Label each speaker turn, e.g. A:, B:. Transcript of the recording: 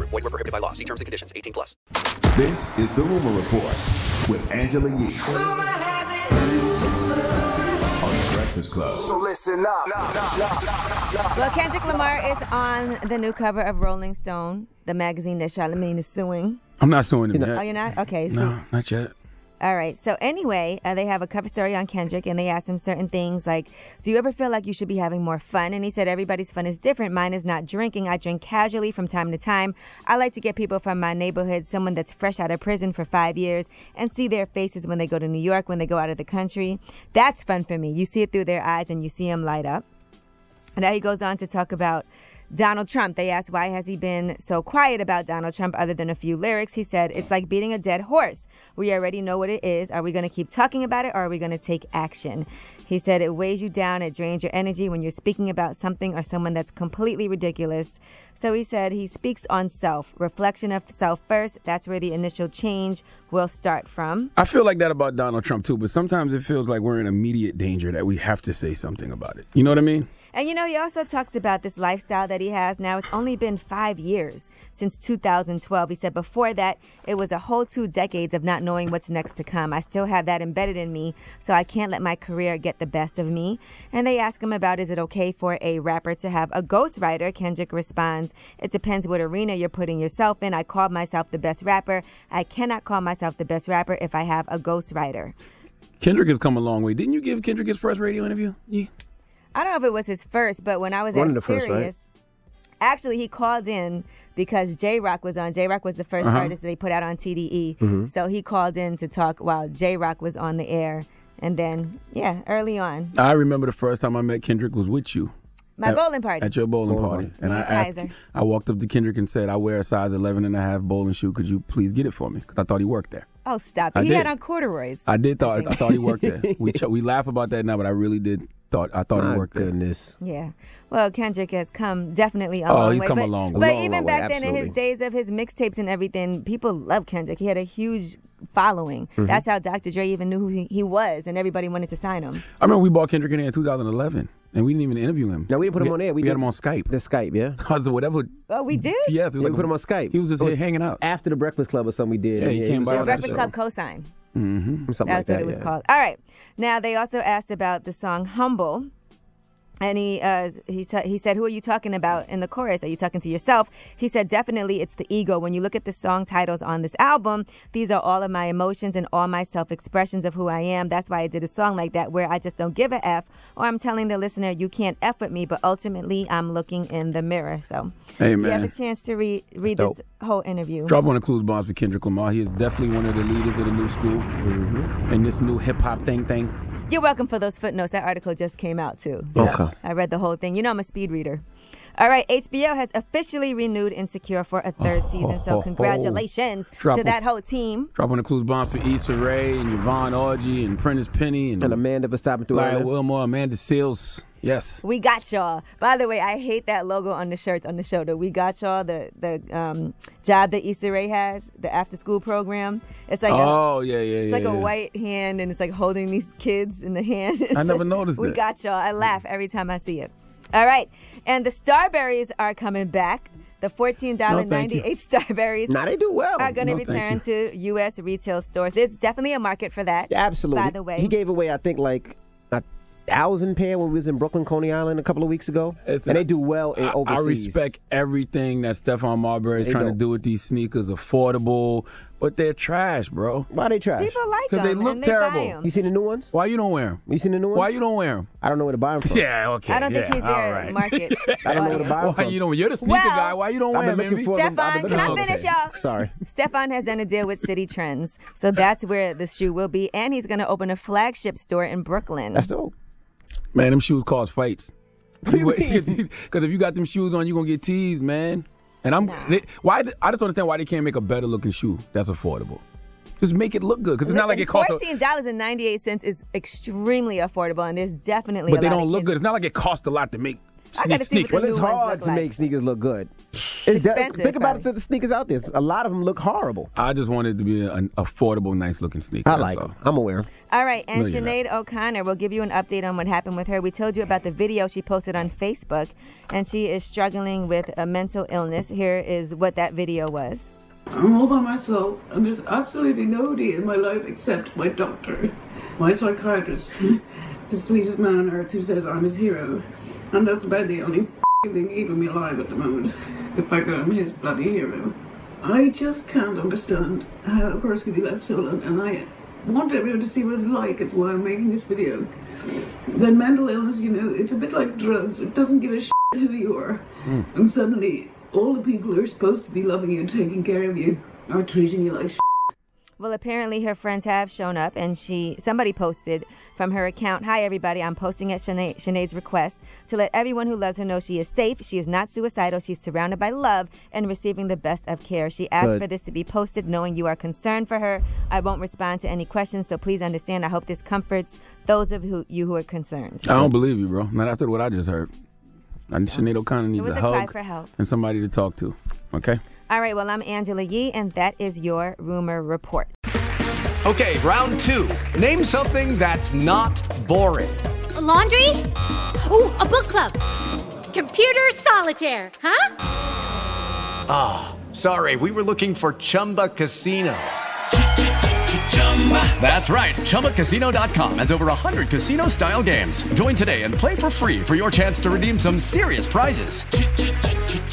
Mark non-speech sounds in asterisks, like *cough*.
A: Void were prohibited by law. See terms and conditions. 18 plus.
B: This is The Rumor Report with Angela Yee on The Breakfast Club.
C: So listen up.
D: Well, Kendrick Lamar is on the new cover of Rolling Stone, the magazine that Charlamagne is suing.
E: I'm not suing him yet.
D: Oh, you're not? Okay. So,
E: No, not yet.
D: All right. So, anyway, uh, they have a cover story on Kendrick and they asked him certain things like, Do you ever feel like you should be having more fun? And he said, Everybody's fun is different. Mine is not drinking. I drink casually from time to time. I like to get people from my neighborhood, someone that's fresh out of prison for five years, and see their faces when they go to New York, when they go out of the country. That's fun for me. You see it through their eyes and you see them light up. And now he goes on to talk about Donald Trump. They asked why has he been so quiet about Donald Trump other than a few lyrics. He said, "It's like beating a dead horse. We already know what it is. Are we going to keep talking about it or are we going to take action?" He said it weighs you down, it drains your energy when you're speaking about something or someone that's completely ridiculous. So he said he speaks on self, reflection of self first. That's where the initial change will start from.
E: I feel like that about Donald Trump too, but sometimes it feels like we're in immediate danger that we have to say something about it. You know what I mean?
D: And you know, he also talks about this lifestyle that he has now. It's only been five years since 2012. He said before that, it was a whole two decades of not knowing what's next to come. I still have that embedded in me, so I can't let my career get the best of me. And they ask him about is it okay for a rapper to have a ghostwriter? Kendrick responds, It depends what arena you're putting yourself in. I called myself the best rapper. I cannot call myself the best rapper if I have a ghostwriter.
E: Kendrick has come a long way. Didn't you give Kendrick his first radio interview? Yeah.
D: I don't know if it was his first, but when I was
F: One
D: at
F: of the first, right?
D: Sirius, actually he called in because J Rock was on. J Rock was the 1st artist they put out on TDE, so he called in to talk while J Rock was on the air. And then, yeah, early on,
E: I remember the first time I met Kendrick was with you
D: my
E: At-
D: bowling party.
E: at your bowling party. And I asked,
D: Kaiser.
E: I walked up to Kendrick and said, I wear a size 11 and a half bowling shoe. Could you please get it for me? Because I thought he worked there.
D: oh, stop!
E: I
D: it. he had
E: did.
D: on corduroys.
E: I did thought I thought he worked *laughs* there. We ch- we laugh about that now, but I really did thought I thought he
F: My
E: worked there.
F: goodness.
D: Yeah. Well, Kendrick has come definitely a
E: Oh,
D: long
E: he's
D: way.
E: come a
D: but,
E: long way.
D: But
F: Long,
D: even
F: long way,
D: back then, in his
F: absolutely.
D: days of his mixtapes and everything, people loved Kendrick. He had a huge following. That's how Dr. Dre even knew who he, he was, and everybody wanted to sign him.
E: I remember we bought Kendrick in here in 2011, and we didn't even interview him.
F: No, we didn't put him on air.
E: We,
F: We
E: had
F: did-
E: him on Skype. *laughs*
F: The Skype, yeah?
E: Because of whatever.
D: Oh, we did.
E: Yes,
F: Yeah, we put him on Skype.
E: He was just
F: It
E: here hanging out.
F: After the Breakfast Club or something we did.
E: Yeah, he came
F: was
E: by
F: on
E: the
F: that
D: Breakfast
F: show.
D: Club cosign.
F: Something
D: That's
F: like
D: what
F: that,
D: it was
F: yeah.
D: called. All right. Now they also asked about the song "Humble," and he uh, he t- he said, "Who are you talking about?" In the chorus, are you talking to yourself? He said, "Definitely, it's the ego." When you look at the song titles on this album, these are all of my emotions and all my self expressions of who I am. That's why I did a song like that where I just don't give a f, or I'm telling the listener, "You can't f with me," but ultimately, I'm looking in the mirror. So
E: Hey
D: you have
E: man,
D: a chance to read read this
E: dope.
D: whole interview.
E: drop on the clues bombs for Kendrick Lamar. He is definitely one of the leaders of the new school
F: Mm-hmm.
E: and this new hip hop thing thing.
D: You're welcome for those footnotes. That article just came out too.
F: Okay.
D: I read the whole thing. You know I'm a speed reader. All right, HBO has officially renewed Insecure for a third
E: Oh,
D: season. So congratulations
E: Drop
D: to
E: it.
D: that whole team.
E: Drop on the clues bombs for Issa Rae and Yvonne Orgy and Prentice Penny and,
F: And Amanda for stopping through.
E: Lyle
F: earlier.
E: Wilmore, Amanda Seals. Yes.
D: We got y'all. By the way, I hate that logo on the shirts on the shoulder. We got y'all. The the um, job that Issa Rae has, the after school program. It's like a,
E: Oh yeah, yeah, yeah.
D: it's like
E: yeah.
D: a white hand, and it's like holding these kids in the hand. *laughs* It
E: I never
D: says,
E: noticed
D: We
E: that."
D: got y'all. I laugh every time I see it. All right, and the Starberries are coming back. The fourteen dollar
E: thank
D: ninety
E: you.
D: eight *laughs* Starberries
F: Nah, they do well.
D: are going to
E: No, thank
D: return to U.S. retail stores. There's definitely a market for that.
F: Yeah, absolutely.
D: By the way,
F: he gave away, I think, like a thousand pair when we was in Brooklyn, Coney Island a couple of weeks ago.
E: It's
F: and
E: an-
F: they do well in
E: I-
F: overseas.
E: I respect everything that Stefan Marbury is
F: They
E: trying to
F: dope.
E: do with these sneakers. Affordable, but they're trash, bro.
F: Why they trash?
D: people like
E: 'Cause
D: them
E: they look
D: and
E: terrible.
D: they buy them.
F: You seen the new ones?
E: Why you don't wear them?
F: You seen the new ones?
E: Why you don't wear them?
F: I don't know where to buy them
E: *laughs*
F: from.
E: Yeah, okay.
D: I don't think
E: yeah,
D: he's
E: all
D: their
E: right.
D: market.
F: I don't know where to
D: audience.
F: buy
E: *laughs*
F: them
E: Why
F: from.
E: you don't? You're the sneaker
D: Well,
E: guy. Why you don't
F: I've
E: wear
F: been
E: them?
F: looking for them. I've
D: Stefan,
F: been
D: can I
F: looking for them.
D: finish, y'all?
F: Sorry.
D: Stefan has done a deal with City Trends, so that's where the shoe will be, and he's going to open a flagship store in Brooklyn.
F: That's dope.
E: *laughs* Man, *laughs* them shoes cause fights. Because if you got them shoes on, you gonna get teased, man. And I'm they, why I just don't understand why they can't make a better looking shoe that's affordable. Just make it look good because it's not like it costs. a-
D: Fourteen dollars and ninety eight cents is extremely affordable, and there's definitely.
E: but
D: a
E: they
D: lot
E: don't
D: of
E: look
D: kids-
E: good. It's not like it costs a lot to make
D: I gotta
E: sneak
D: see what the
E: sneakers.
F: Well, it's
D: new ones
F: hard
D: look
F: to
D: like.
F: make sneakers look good. It's de-
D: expensive,
F: think about
D: probably.
F: the sneakers out there. A lot of them look horrible.
E: I just wanted to be an affordable, nice looking sneaker.
F: I
E: that's
F: like
E: all.
F: them. I'm aware.
D: All right, and
E: No, you're not.
D: Sinead O'Connor will give you an update on what happened with her. We told you about the video she posted on Facebook, and she is struggling with a mental illness. Here is what that video was.
C: I'm all by myself, and there's absolutely nobody in my life except my doctor, my psychiatrist, *laughs* the sweetest man on earth who says I'm his hero. And that's about the only fing thing keeping me alive at the moment. The fact that I'm his bloody hero. I just can't understand how a person can be left so alone, and I want everyone to see what it's like. It's why I'm making this video. Then mental illness, you know, it's a bit like drugs. It doesn't give a shit who you are. And suddenly, all the people who are supposed to be loving you and taking care of you are treating you like shit.
D: Well, apparently her friends have shown up, and she somebody posted from her account, "Hi everybody, I'm posting at Sinead, Sinead's request to let everyone who loves her know she is safe. She is not suicidal. She's surrounded by love and receiving the best of care. She asked
F: Good.
D: for this to be posted, knowing you are concerned for her. I won't respond to any questions, so please understand. I hope this comforts those of who, you who are concerned."
E: I don't believe you, bro. Not after what I just heard. And Sinead O'Connor needs
D: was
E: a
D: a
E: hug
D: cry for help.
E: and somebody to talk to. Okay.
D: All right, well, I'm Angela Yee, and that is your rumor report.
G: Okay, round two. Name something that's not boring.
H: A laundry? Ooh, a book club. Computer solitaire, huh?
G: Ah, Sorry, we were looking for Chumba Casino. That's right. ChumbaCasino.com has over 100 casino style games. Join today and play for free for your chance to redeem some serious prizes.